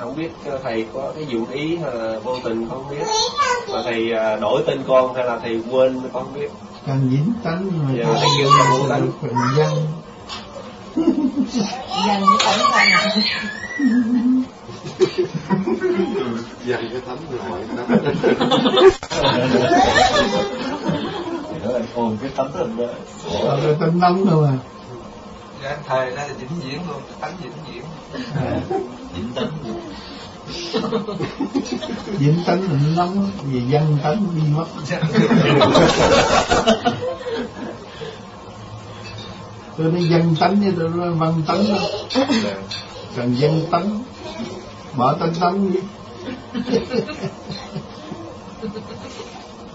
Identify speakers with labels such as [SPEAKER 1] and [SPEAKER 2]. [SPEAKER 1] không biết thầy có cái dụng ý hay là vô tình không biết mà thầy à, đổi tên con hay là thầy quên con không biết
[SPEAKER 2] cần dính tánh rồi
[SPEAKER 1] Dạ, thầy kêu thầy vô tánh.
[SPEAKER 2] phần dân
[SPEAKER 3] dần cái tấm ra nè
[SPEAKER 4] dành cái thấm rồi đó
[SPEAKER 5] nữa anh ôm cái tấm lên đó
[SPEAKER 2] rồi tâm nóng đâu à
[SPEAKER 6] Dạ, thời đó là vĩnh viễn luôn, tánh vĩnh viễn.
[SPEAKER 2] À.
[SPEAKER 5] dính tấm
[SPEAKER 2] dính tánh là nó nóng vì dân tánh đi mất
[SPEAKER 6] Dạ.
[SPEAKER 2] tôi nói dân tánh như tôi nói văn tánh đó
[SPEAKER 6] Dạ.
[SPEAKER 2] cần dân tánh bỏ tánh tánh đi